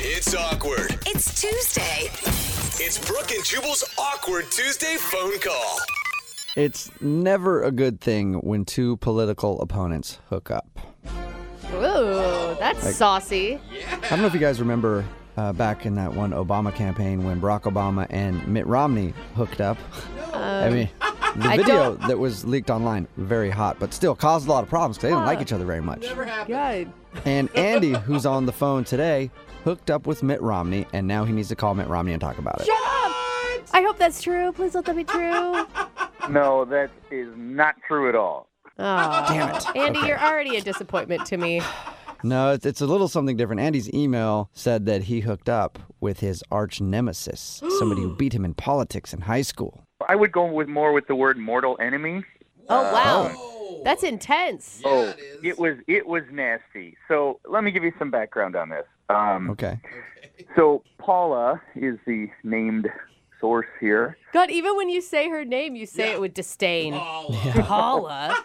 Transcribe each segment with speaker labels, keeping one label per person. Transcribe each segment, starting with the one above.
Speaker 1: It's awkward.
Speaker 2: It's Tuesday.
Speaker 1: It's Brooke and Jubal's awkward Tuesday phone call.
Speaker 3: It's never a good thing when two political opponents hook up.
Speaker 4: Ooh, that's saucy.
Speaker 3: I don't know if you guys remember uh, back in that one Obama campaign when Barack Obama and Mitt Romney hooked up. I mean, the video
Speaker 4: don't-
Speaker 3: that was leaked online, very hot, but still caused a lot of problems because they didn't like each other very much.
Speaker 4: Good.
Speaker 3: And Andy, who's on the phone today, hooked up with Mitt Romney, and now he needs to call Mitt Romney and talk about it.
Speaker 4: I hope that's true. Please let that be true.
Speaker 5: No, that is not true at all.
Speaker 3: Damn it.
Speaker 4: Andy,
Speaker 3: Okay.
Speaker 4: you're already a disappointment to me.
Speaker 3: No, it's, it's a little something different. Andy's email said that he hooked up with his arch nemesis, somebody who beat him in politics in high school.
Speaker 5: I would go with more with the word mortal enemy.
Speaker 4: Oh wow, that's intense.
Speaker 5: oh, it, was it was nasty. So let me give you some background on this. Um,
Speaker 3: Okay.
Speaker 5: So Paula is the named source here.
Speaker 4: God, even when you say her name, you say it with disdain. Paula.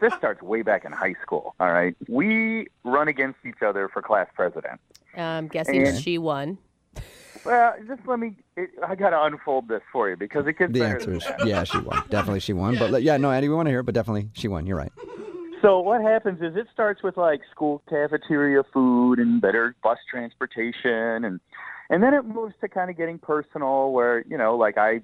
Speaker 5: This starts way back in high school. All right, we run against each other for class president.
Speaker 4: I'm guessing
Speaker 5: Okay.
Speaker 4: she won.
Speaker 5: Well, just let me. It, I gotta unfold this for you because it gets
Speaker 3: The
Speaker 5: better
Speaker 3: answer
Speaker 5: than
Speaker 3: is
Speaker 5: that.
Speaker 3: yeah, she won. Definitely she won. But like, yeah, no, Andy, we want to hear it, but definitely she won. You're right.
Speaker 5: So what happens is it starts with like school cafeteria food and better bus transportation and and then it moves to kind of getting personal where, you know, like I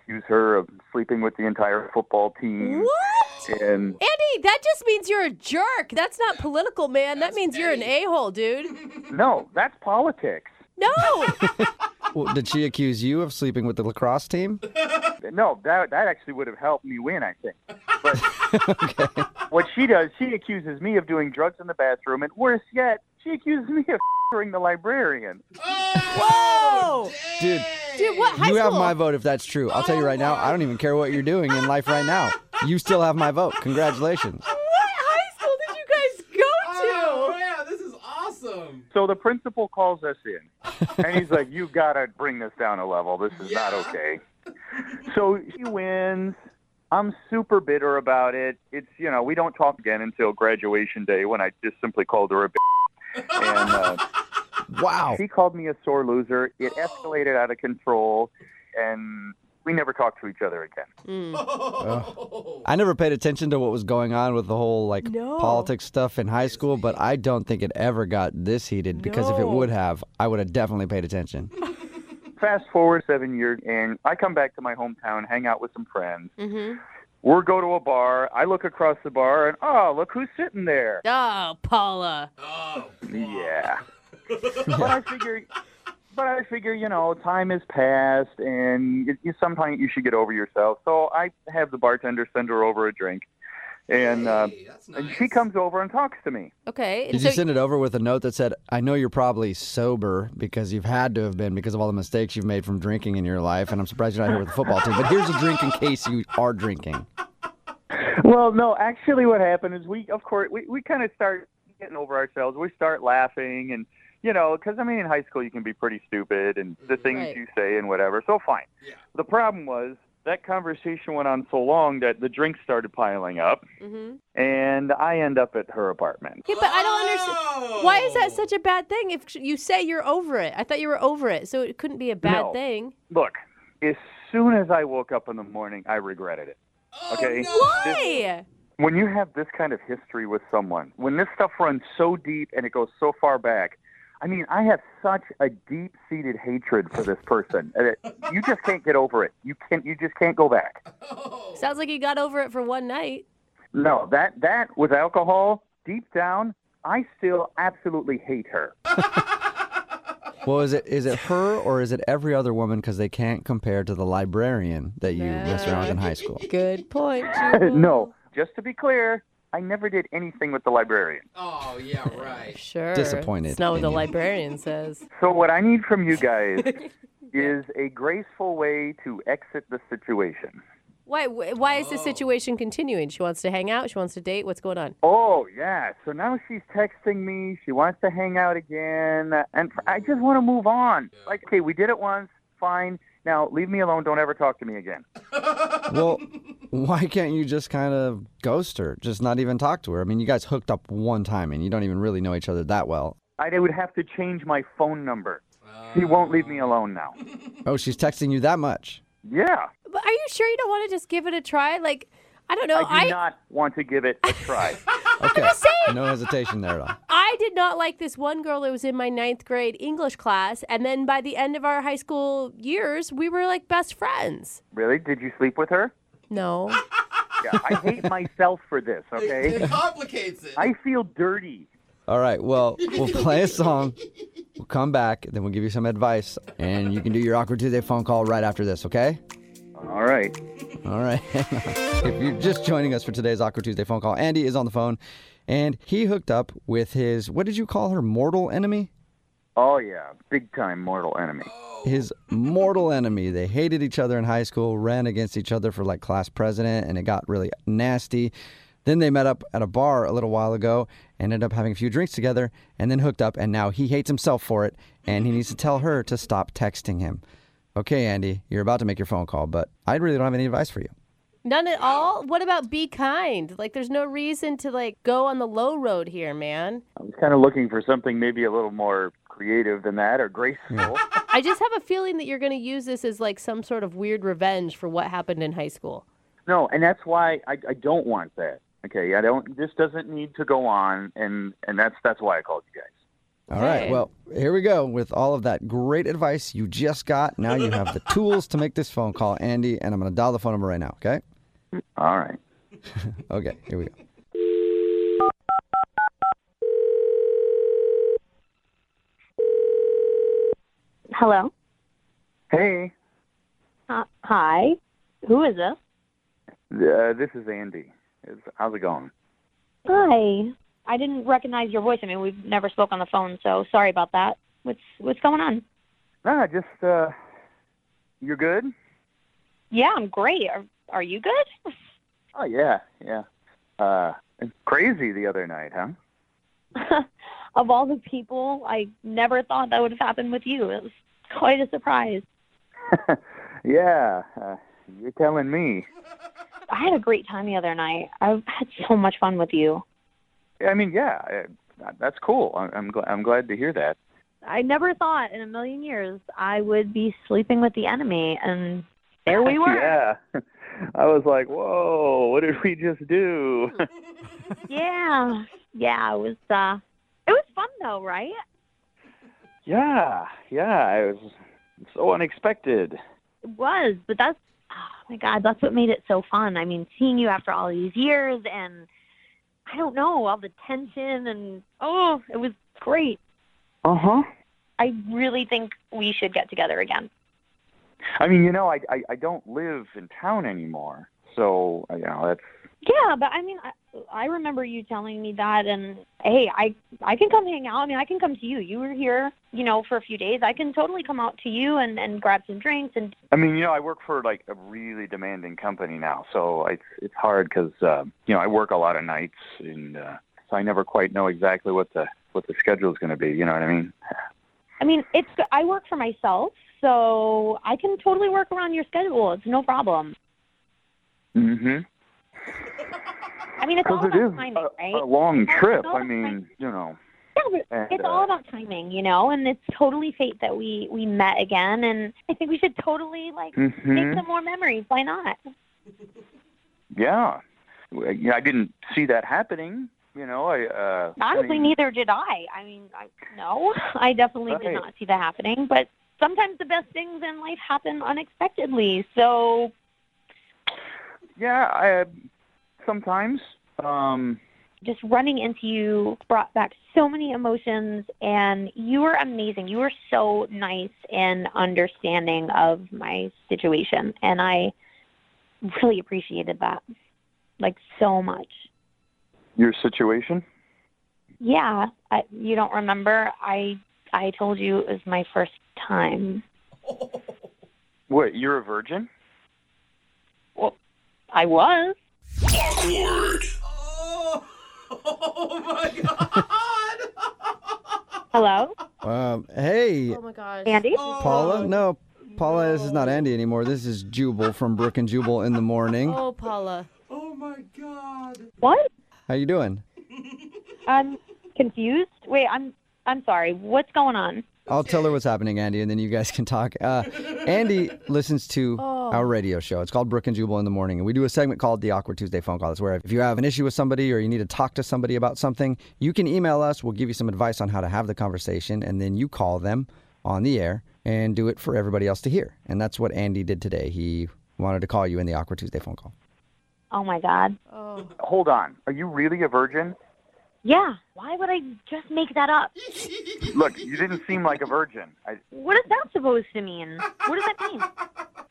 Speaker 5: accuse her of sleeping with the entire football team
Speaker 4: What?
Speaker 5: and
Speaker 4: Andy, that just means you're a jerk. That's not political, man. that means you're an a-hole, dude.
Speaker 5: no, that's politics.
Speaker 4: No.
Speaker 3: Oh, Well, did she accuse you of sleeping with the lacrosse team?
Speaker 5: No, that that actually would have helped me win, I think. But what she does, she accuses me of doing drugs in the bathroom and worse yet, she accuses me of the librarian.
Speaker 4: Whoa.
Speaker 3: Dude,
Speaker 4: Dude, what high
Speaker 3: you have
Speaker 4: school? Oh
Speaker 3: my vote if that's true. I'll tell you right now, I don't even care what you're doing in life right now. You still have my vote. Congratulations.
Speaker 4: What high school did you guys go to?
Speaker 6: Oh, yeah, this is awesome.
Speaker 5: So the principal calls us in, and he's like, "You gotta bring this down a level. This is not okay." So she wins. I'm super bitter about it. It's you know we don't talk again until graduation day when I just simply called her a. B- and uh,
Speaker 3: Wow.
Speaker 5: she called me a sore loser. It escalated out of control, and we never talked to each other
Speaker 4: Hmm.
Speaker 5: again.
Speaker 3: I never paid attention to what was going on with the whole like
Speaker 4: Oh. No.
Speaker 3: politics stuff in high school, but I don't think it ever got this heated because if it
Speaker 4: No.
Speaker 3: would have, I would have definitely paid attention.
Speaker 5: Fast forward seven years, and I come back to my hometown, hang out with some friends.
Speaker 4: Mm-hmm.
Speaker 5: We're go to a bar. I look across the bar, and oh, look who's sitting there.
Speaker 4: Oh, Paula.
Speaker 5: Yeah. but I figure, but I figure, you know, time has passed, and you, you, sometimes you should get over yourself. So I have the bartender send her over a drink, and uh, and she comes over and talks to me.
Speaker 4: Okay. and
Speaker 3: Did
Speaker 4: so,
Speaker 3: you send it over with a note that said, I know you're probably sober because you've had to have been because of all the mistakes you've made from drinking in your life, and I'm surprised you're not here with the football team, but here's a drink in case you are drinking.
Speaker 5: Well, no, actually, what happened is we, of course, we we kind of start getting over ourselves. We start laughing, and you know, because I mean, in high school, you can be pretty stupid, and the things
Speaker 4: Right.
Speaker 5: you say and whatever. So fine.
Speaker 6: Yeah.
Speaker 5: The problem was that conversation went on so long that the drinks started piling up.
Speaker 4: Mhm.
Speaker 5: and I end up at her apartment.
Speaker 4: Yeah, but I don't understand. Why is that such a bad thing? If sh- you say you're over it, I thought you were over it, so it couldn't be a bad
Speaker 5: No.
Speaker 4: thing.
Speaker 5: Look, as soon as I woke up in the morning, I regretted it.
Speaker 1: Oh,
Speaker 5: Okay. This-
Speaker 4: Why?
Speaker 5: when you have this kind of history with someone, when this stuff runs so deep and it goes so far back, I mean, I have such a deep-seated hatred for this person. and it- you just can't get over it. You can't. You just can't go back.
Speaker 4: Sounds like you got over it for one night.
Speaker 5: No, that that with alcohol, deep down, I still absolutely hate her.
Speaker 3: Well, is it is it her or is it every other woman because they can't compare to the librarian that you messed around with in high school?
Speaker 4: Good point.
Speaker 5: no, just to be clear, I never did anything with the librarian.
Speaker 6: Oh, yeah, right.
Speaker 4: Sure.
Speaker 3: Disappointed
Speaker 4: It's not what
Speaker 3: in
Speaker 4: the
Speaker 3: you.
Speaker 4: librarian says.
Speaker 5: So what I need from you guys is a graceful way to exit the situation.
Speaker 4: Why? wh- Why is this situation continuing? She wants to hang out. She wants to date. What's going on?
Speaker 5: Oh yeah. So now she's texting me. She wants to hang out again, and I just want to move on. Like, okay, we did it once. Fine. Now leave me alone. Don't ever talk to me again.
Speaker 3: Well, why can't you just kind of ghost her? Just not even talk to her? I mean, you guys hooked up one time and you don't even really know each other that well.
Speaker 5: I would have to change my phone number. She won't leave me alone now.
Speaker 6: Ah.
Speaker 3: Oh, she's texting you that much.
Speaker 5: Yeah.
Speaker 4: But are you sure you don't want to just give it a try? Like, I don't know.
Speaker 5: I do not want to give it a try.
Speaker 3: Okay. No hesitation there at all.
Speaker 4: I did not like this one girl that was in my ninth grade English class, and then by the end of our high school years, we were like best friends.
Speaker 5: really? Did you sleep with her?
Speaker 4: No,
Speaker 5: Yeah. I hate myself for this,
Speaker 6: It,
Speaker 5: okay?
Speaker 6: it complicates it.
Speaker 5: I feel dirty.
Speaker 3: All right. Well, we'll play a song. We'll come back, then we'll give you some advice, and you can do your awkward Tuesday phone call right after this. Okay.
Speaker 5: All right.
Speaker 3: All right. if you're just joining us for today's Awkward Tuesday phone call, Andy is on the phone, and he hooked up with his what did you call her mortal enemy?
Speaker 5: Oh, yeah. Big time mortal enemy.
Speaker 3: His mortal enemy. They hated each other in high school, ran against each other for like class president, and it got really nasty. Then they met up at a bar a little while ago, ended up having a few drinks together, and then hooked up, and now he hates himself for it, and he needs to tell her to stop texting him. Okay, Andy, you're about to make your phone call, but I really don't have any advice for you.
Speaker 4: none at all. What about be kind? Like, there's no reason to like go on the low road here, man.
Speaker 5: I was kind of looking for something maybe a little more creative than that or graceful.
Speaker 4: I just have a feeling that you're going to use this as like some sort of weird revenge for what happened in high school.
Speaker 5: No, and that's why I, I don't want that. Okay, I don't. This doesn't need to go on, and and that's that's why I called you guys.
Speaker 3: All right.
Speaker 4: Okay.
Speaker 3: Well, here we go with all of that great advice you just got. Now you have the tools to make this phone call, Andy, and I'm going to dial the phone number right now, okay?
Speaker 5: All right.
Speaker 3: Okay, here we go.
Speaker 2: Hello.
Speaker 5: Hey,
Speaker 2: Uh, hi. Who is this?
Speaker 5: uh, this is Andy. It's, how's it going?
Speaker 2: Hi. I didn't recognize your voice. I mean, we've never spoke on the phone, so sorry about that. What's what's going on?
Speaker 5: No, just uh, you're good.
Speaker 2: Yeah, I'm great. Are are you good?
Speaker 5: Oh yeah, yeah. Uh, crazy the other night, huh?
Speaker 2: of all the people, I never thought that would have happened with you. It was quite a surprise.
Speaker 5: Yeah, uh, you're telling me.
Speaker 2: I had a great time the other night. I had so much fun with you.
Speaker 5: I mean, yeah, uh, that's cool. I'm I'm, gl- I'm glad to hear that.
Speaker 2: I never thought in a million years I would be sleeping with the enemy, and there we were.
Speaker 5: Yeah. I was like, whoa, what did we just do?
Speaker 2: yeah, yeah. It was uh, it was fun though, right?
Speaker 5: Yeah, yeah, it was so unexpected.
Speaker 2: It was, but that's oh my god, that's what made it so fun. I mean, seeing you after all these years and I don't know, all the tension and oh, it was great.
Speaker 5: Uh huh.
Speaker 2: I really think we should get together again.
Speaker 5: I mean, you know, I, I I don't live in town anymore, so uh, you know that's
Speaker 2: Yeah, but I mean, I, I remember you telling me that, and hey, I I can come hang out. I mean, I can come to you. You were here, you know, for a few days. I can totally come out to you and and grab some drinks and
Speaker 5: I mean, you know, I work for like a really demanding company now, so it's it's hard because uh, you know I work a lot of nights, and uh, so I never quite know exactly what the what the schedule is going to be. You know what I mean?
Speaker 2: I mean, it's I work for myself, so I can totally work around your schedule. It's no problem.
Speaker 5: Mm-hmm.
Speaker 2: I mean, it's all
Speaker 5: Because
Speaker 2: about
Speaker 5: it is uh,
Speaker 2: timing, right?
Speaker 5: a, a long
Speaker 2: It's
Speaker 5: trip.
Speaker 2: all
Speaker 5: I
Speaker 2: about
Speaker 5: mean, you know.
Speaker 2: yeah, but
Speaker 5: and,
Speaker 2: it's
Speaker 5: uh,
Speaker 2: all about timing, you know. And it's totally fate that we we met again, and I think we should totally like make
Speaker 5: hmm
Speaker 2: some more memories. Why not?
Speaker 5: Yeah. Well, you know, I didn't see that happening. You know, I uh, I
Speaker 2: Honestly,
Speaker 5: mean-
Speaker 2: neither did I. I mean, I, no, I definitely did
Speaker 5: Right.
Speaker 2: not see that happening. But sometimes the best things in life happen unexpectedly. So
Speaker 5: Yeah, I uh, sometimes. Um,
Speaker 2: just running into you brought back so many emotions and you were amazing you were so nice and understanding of my situation and i really appreciated that like so much
Speaker 5: your situation?
Speaker 2: yeah I, you don't remember i i told you it was my first time
Speaker 5: What? You're a virgin?
Speaker 2: well i was
Speaker 6: Oh, oh my god.
Speaker 2: hello
Speaker 3: Um, hey,
Speaker 4: Oh my gosh.
Speaker 2: andy
Speaker 3: Paula. No, Paula, this is not Andy anymore. This is Jubal from Brook and Jubal in the morning.
Speaker 4: Oh, Paula.
Speaker 6: Oh my god.
Speaker 2: what
Speaker 3: How you doing?
Speaker 2: i'm confused wait i'm I'm sorry. What's going on?
Speaker 3: I'll tell her what's happening, Andy, and then you guys can talk. Uh, Andy listens to our radio show. It's called Brook and Jubal in the Morning, and we do a segment called the Awkward Tuesday Phone Call. It's where if you have an issue with somebody or you need to talk to somebody about something, you can email us. We'll give you some advice on how to have the conversation, and then you call them on the air and do it for everybody else to hear. And that's what Andy did today. He wanted to call you in the Awkward Tuesday Phone Call.
Speaker 2: Oh my God.
Speaker 5: Hold on. Are you really a virgin?
Speaker 2: Yeah. Why would I just make that up?
Speaker 5: Look, you didn't seem like a virgin. I,
Speaker 2: What is that supposed to mean? What does that mean?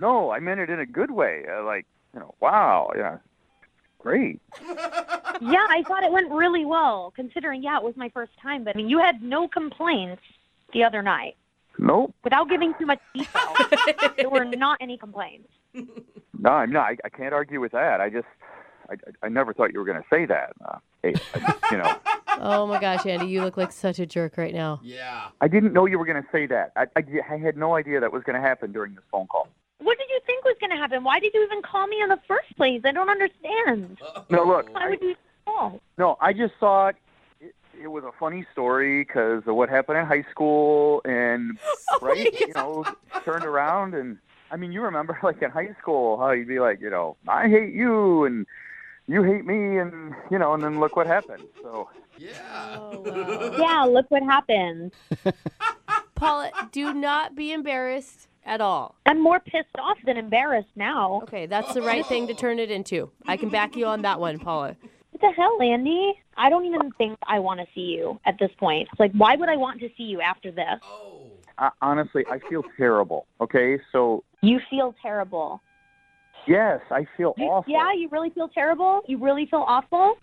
Speaker 5: no, I meant it in a good way. Uh, like, you know, wow, yeah, great.
Speaker 2: Yeah, I thought it went really well, considering, yeah, it was my first time, but I mean, you had no complaints the other night.
Speaker 5: Nope.
Speaker 2: Without giving too much detail, there were not any complaints.
Speaker 5: No, I'm not. I, I can't argue with that. I just, I, I- I never thought you were going to say that. Uh, hey, I just, you know,
Speaker 4: Oh my gosh, Andy, you look like such a jerk right now.
Speaker 6: Yeah.
Speaker 5: I didn't know you were going to say that. I, I, I had no idea that was going to happen during this phone call.
Speaker 2: What did you think was going to happen? Why did you even call me in the first place? I don't understand.
Speaker 5: No, look.
Speaker 2: Why would you call?
Speaker 5: No, I just thought it, it was a funny story because of what happened in high school, and right, you know, turned around and I mean, you remember like in high school how you'd be like, you know, I hate you and you hate me, and you know, and then look what happened. So
Speaker 6: Yeah.
Speaker 2: Yeah, look what happened.
Speaker 4: Paula, do not be embarrassed at all.
Speaker 2: I'm more pissed off than embarrassed now.
Speaker 4: Okay, that's the right thing to turn it into. I can back you on that one, Paula.
Speaker 2: What the hell, Andy? I don't even think I want to see you at this point. It's like, why would I want to see you after this?
Speaker 6: Oh.
Speaker 5: I, honestly, I feel terrible. Okay, so
Speaker 2: You feel terrible.
Speaker 5: yes, I feel
Speaker 2: You-
Speaker 5: awful.
Speaker 2: Yeah, you really feel terrible? You really feel awful?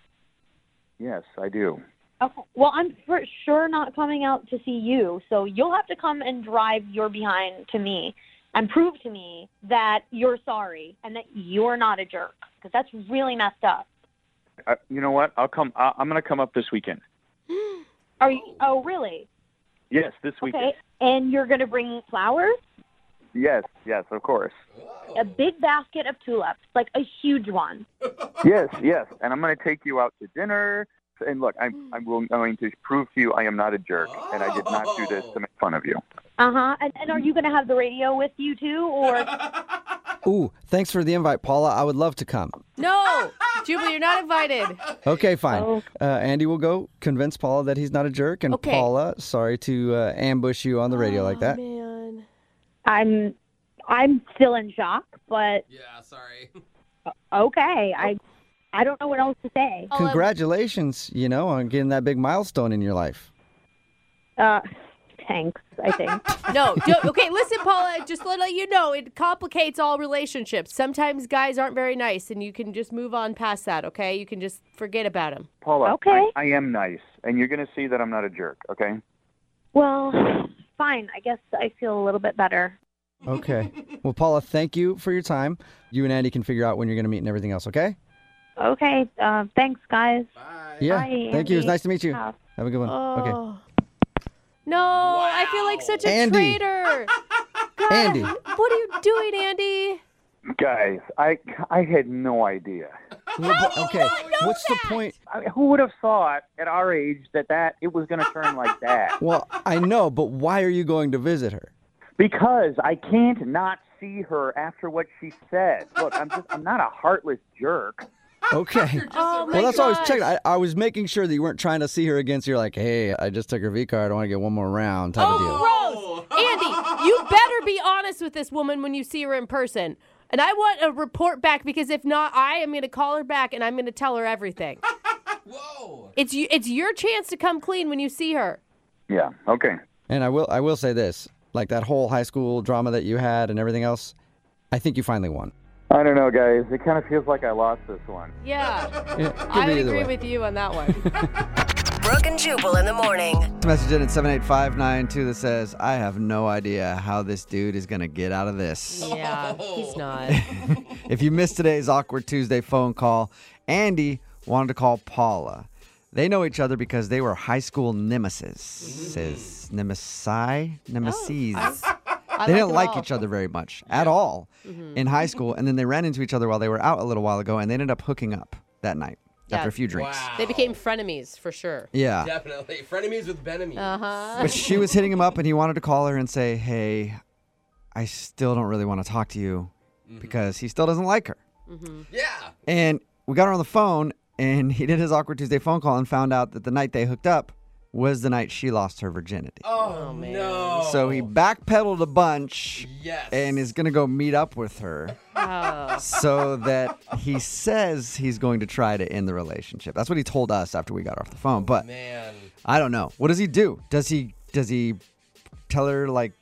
Speaker 5: Yes, I do.
Speaker 2: Okay. Well, I'm for sure not coming out to see you, so you'll have to come and drive your behind to me and prove to me that you're sorry and that you're not a jerk because that's really messed up.
Speaker 5: I, Uh, you know what? I'll come. I, I'm going to come up this weekend.
Speaker 2: Are you? Oh, really?
Speaker 5: Yes, this weekend.
Speaker 2: Okay. And you're going to bring flowers?
Speaker 5: Yes, yes, of course.
Speaker 2: A big basket of tulips, like a huge one.
Speaker 5: Yes, yes. And I'm going to take you out to dinner. And look,
Speaker 2: Hmm.
Speaker 5: I'm, I'm willing- going to prove to you I am not a jerk, and I did not do this to make fun of you.
Speaker 2: Uh huh. And, and are you going to have the radio with you too, or?
Speaker 3: Ooh, thanks for the invite, Paula. I would love to come.
Speaker 4: No, Jubal, you're not invited.
Speaker 3: Okay, fine. Uh, Andy will go convince Paula that he's not a jerk, and
Speaker 4: Oh. Okay. Oh,
Speaker 3: Paula, sorry to uh, ambush you on the radio like that.
Speaker 4: Man.
Speaker 2: I'm, I'm still in shock, but
Speaker 6: Yeah, sorry.
Speaker 2: okay. I, I don't know what else to say.
Speaker 4: Paula,
Speaker 3: Congratulations, you know, on getting that big milestone in your life.
Speaker 2: Uh, thanks. I think.
Speaker 4: No, don't, okay, listen, Paula, just to let you know, it complicates all relationships. Sometimes guys aren't very nice, and you can just move on past that, okay? You can just forget about them.
Speaker 5: Paula,
Speaker 2: Okay.
Speaker 5: I, I am nice, and you're going to see that I'm not a jerk, okay?
Speaker 2: well, fine. I guess I feel a little bit better.
Speaker 3: Okay. well, Paula, thank you for your time. You and Andy can figure out when you're going to meet and everything else, okay?
Speaker 2: Okay. Uh, thanks, guys.
Speaker 6: Bye.
Speaker 3: Yeah.
Speaker 2: Bye,
Speaker 3: thank you. It was
Speaker 2: Andy.
Speaker 3: nice to meet you.
Speaker 2: Yeah.
Speaker 3: Have a good one. Okay.
Speaker 4: Oh. No, I feel like such a
Speaker 3: Andy.
Speaker 4: traitor. God,
Speaker 3: Andy.
Speaker 4: What are you doing, Andy?
Speaker 5: Guys, I, I had no idea.
Speaker 3: Well, but- okay. What's the point?
Speaker 5: I mean, who would have thought at our age that that it was going to turn like that?
Speaker 3: Well, I know, but why are you going to visit her?
Speaker 5: Because I can't not see her after what she said. Look, I'm just I'm not a heartless jerk.
Speaker 3: Okay.
Speaker 4: Oh, my
Speaker 3: Well, that's always
Speaker 4: gosh.
Speaker 3: checking. I, I was making sure that you weren't trying to see her again. So you're like, hey, I just took her V card. I want to get one more round type of deal.
Speaker 4: Oh, gross. Andy, you better be honest with this woman when you see her in person. And I want a report back because if not, I am going to call her back and I'm going to tell her everything.
Speaker 6: Whoa.
Speaker 4: It's you, it's your chance to come clean when you see her.
Speaker 5: Yeah, okay.
Speaker 3: And I will I will say this, like that whole high school drama that you had and everything else, I think you finally won.
Speaker 5: I don't know, guys. It kind of feels like I lost this one.
Speaker 4: Yeah,
Speaker 3: Yeah, could
Speaker 4: I
Speaker 3: be
Speaker 4: would
Speaker 3: either
Speaker 4: agree
Speaker 3: way.
Speaker 4: with you on that one.
Speaker 7: Brooke and Jubal in the morning.
Speaker 8: Message in at 78592 that says, I have no idea how this dude is going to get out of this.
Speaker 4: yeah, he's not.
Speaker 8: if you missed today's Awkward Tuesday phone call, Andy wanted to call Paula. They know each other because they were high school nemesis.
Speaker 4: Mm-hmm.
Speaker 8: Says Nemesi? Nemesis.
Speaker 4: Oh. I
Speaker 8: they didn't
Speaker 4: them
Speaker 8: like
Speaker 4: all. Mm-hmm.
Speaker 8: each other very much at all in high school. And then they ran into each other while they were out a little while ago and they ended up hooking up that night.
Speaker 4: Yeah.
Speaker 3: after a few drinks.
Speaker 1: Wow.
Speaker 4: They became frenemies for sure.
Speaker 3: Yeah.
Speaker 1: Definitely. Frenemies with Benemies.
Speaker 4: Uh
Speaker 8: Uh-huh.
Speaker 4: huh.
Speaker 3: But she was hitting him up and he wanted to call her and say, hey, I still don't really want to talk to you because he still doesn't like her.
Speaker 1: Yeah.
Speaker 3: And we got her on the phone and he did his Awkward Tuesday phone call and found out that the night they hooked up was the night she lost her virginity.
Speaker 1: Oh, no.
Speaker 3: So he backpedaled a bunch
Speaker 1: Yes.
Speaker 3: and is going to go meet up with her
Speaker 4: Oh.
Speaker 3: so that he says he's going to try to end the relationship. That's what he told us after we got off the phone. But
Speaker 1: man.
Speaker 3: I don't know. What does he do? Does he does he tell her like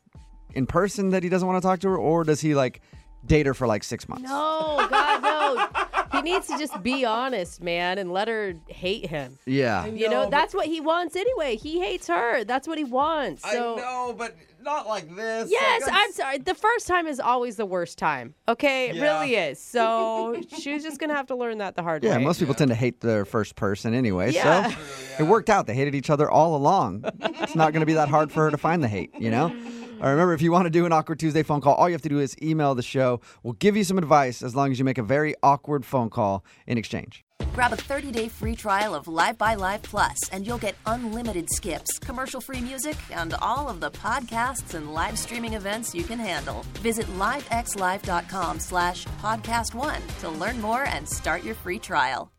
Speaker 3: in person that he doesn't want to talk to her, or does he like date her for like six months?
Speaker 4: No, God, no. He needs to just be honest, man, and let her hate him.
Speaker 3: Yeah.
Speaker 4: You
Speaker 1: No,
Speaker 4: know,
Speaker 1: but-
Speaker 4: that's what he wants anyway. He hates her. That's what he wants. So.
Speaker 1: I know, but not like this.
Speaker 4: Yes,
Speaker 1: Like,
Speaker 4: I'm sorry. The first time is always the worst time. Okay, it
Speaker 1: Yeah.
Speaker 4: really is. So she's just gonna have to learn that the hard
Speaker 3: Yeah,
Speaker 4: way.
Speaker 3: most people tend to hate their first person anyway.
Speaker 4: Yeah.
Speaker 3: So it worked out. They hated each other all along. it's not going to be that hard for her to find the hate, you know? Or remember, if you want to do an awkward Tuesday phone call, all you have to do is email the show. We'll give you some advice as long as you make a very awkward phone call in exchange.
Speaker 7: Grab a 30-day free trial of Live by Live Plus, and you'll get unlimited skips, commercial-free music, and all of the podcasts and live streaming events you can handle. Visit livexlive.com slash podcast one to learn more and start your free trial.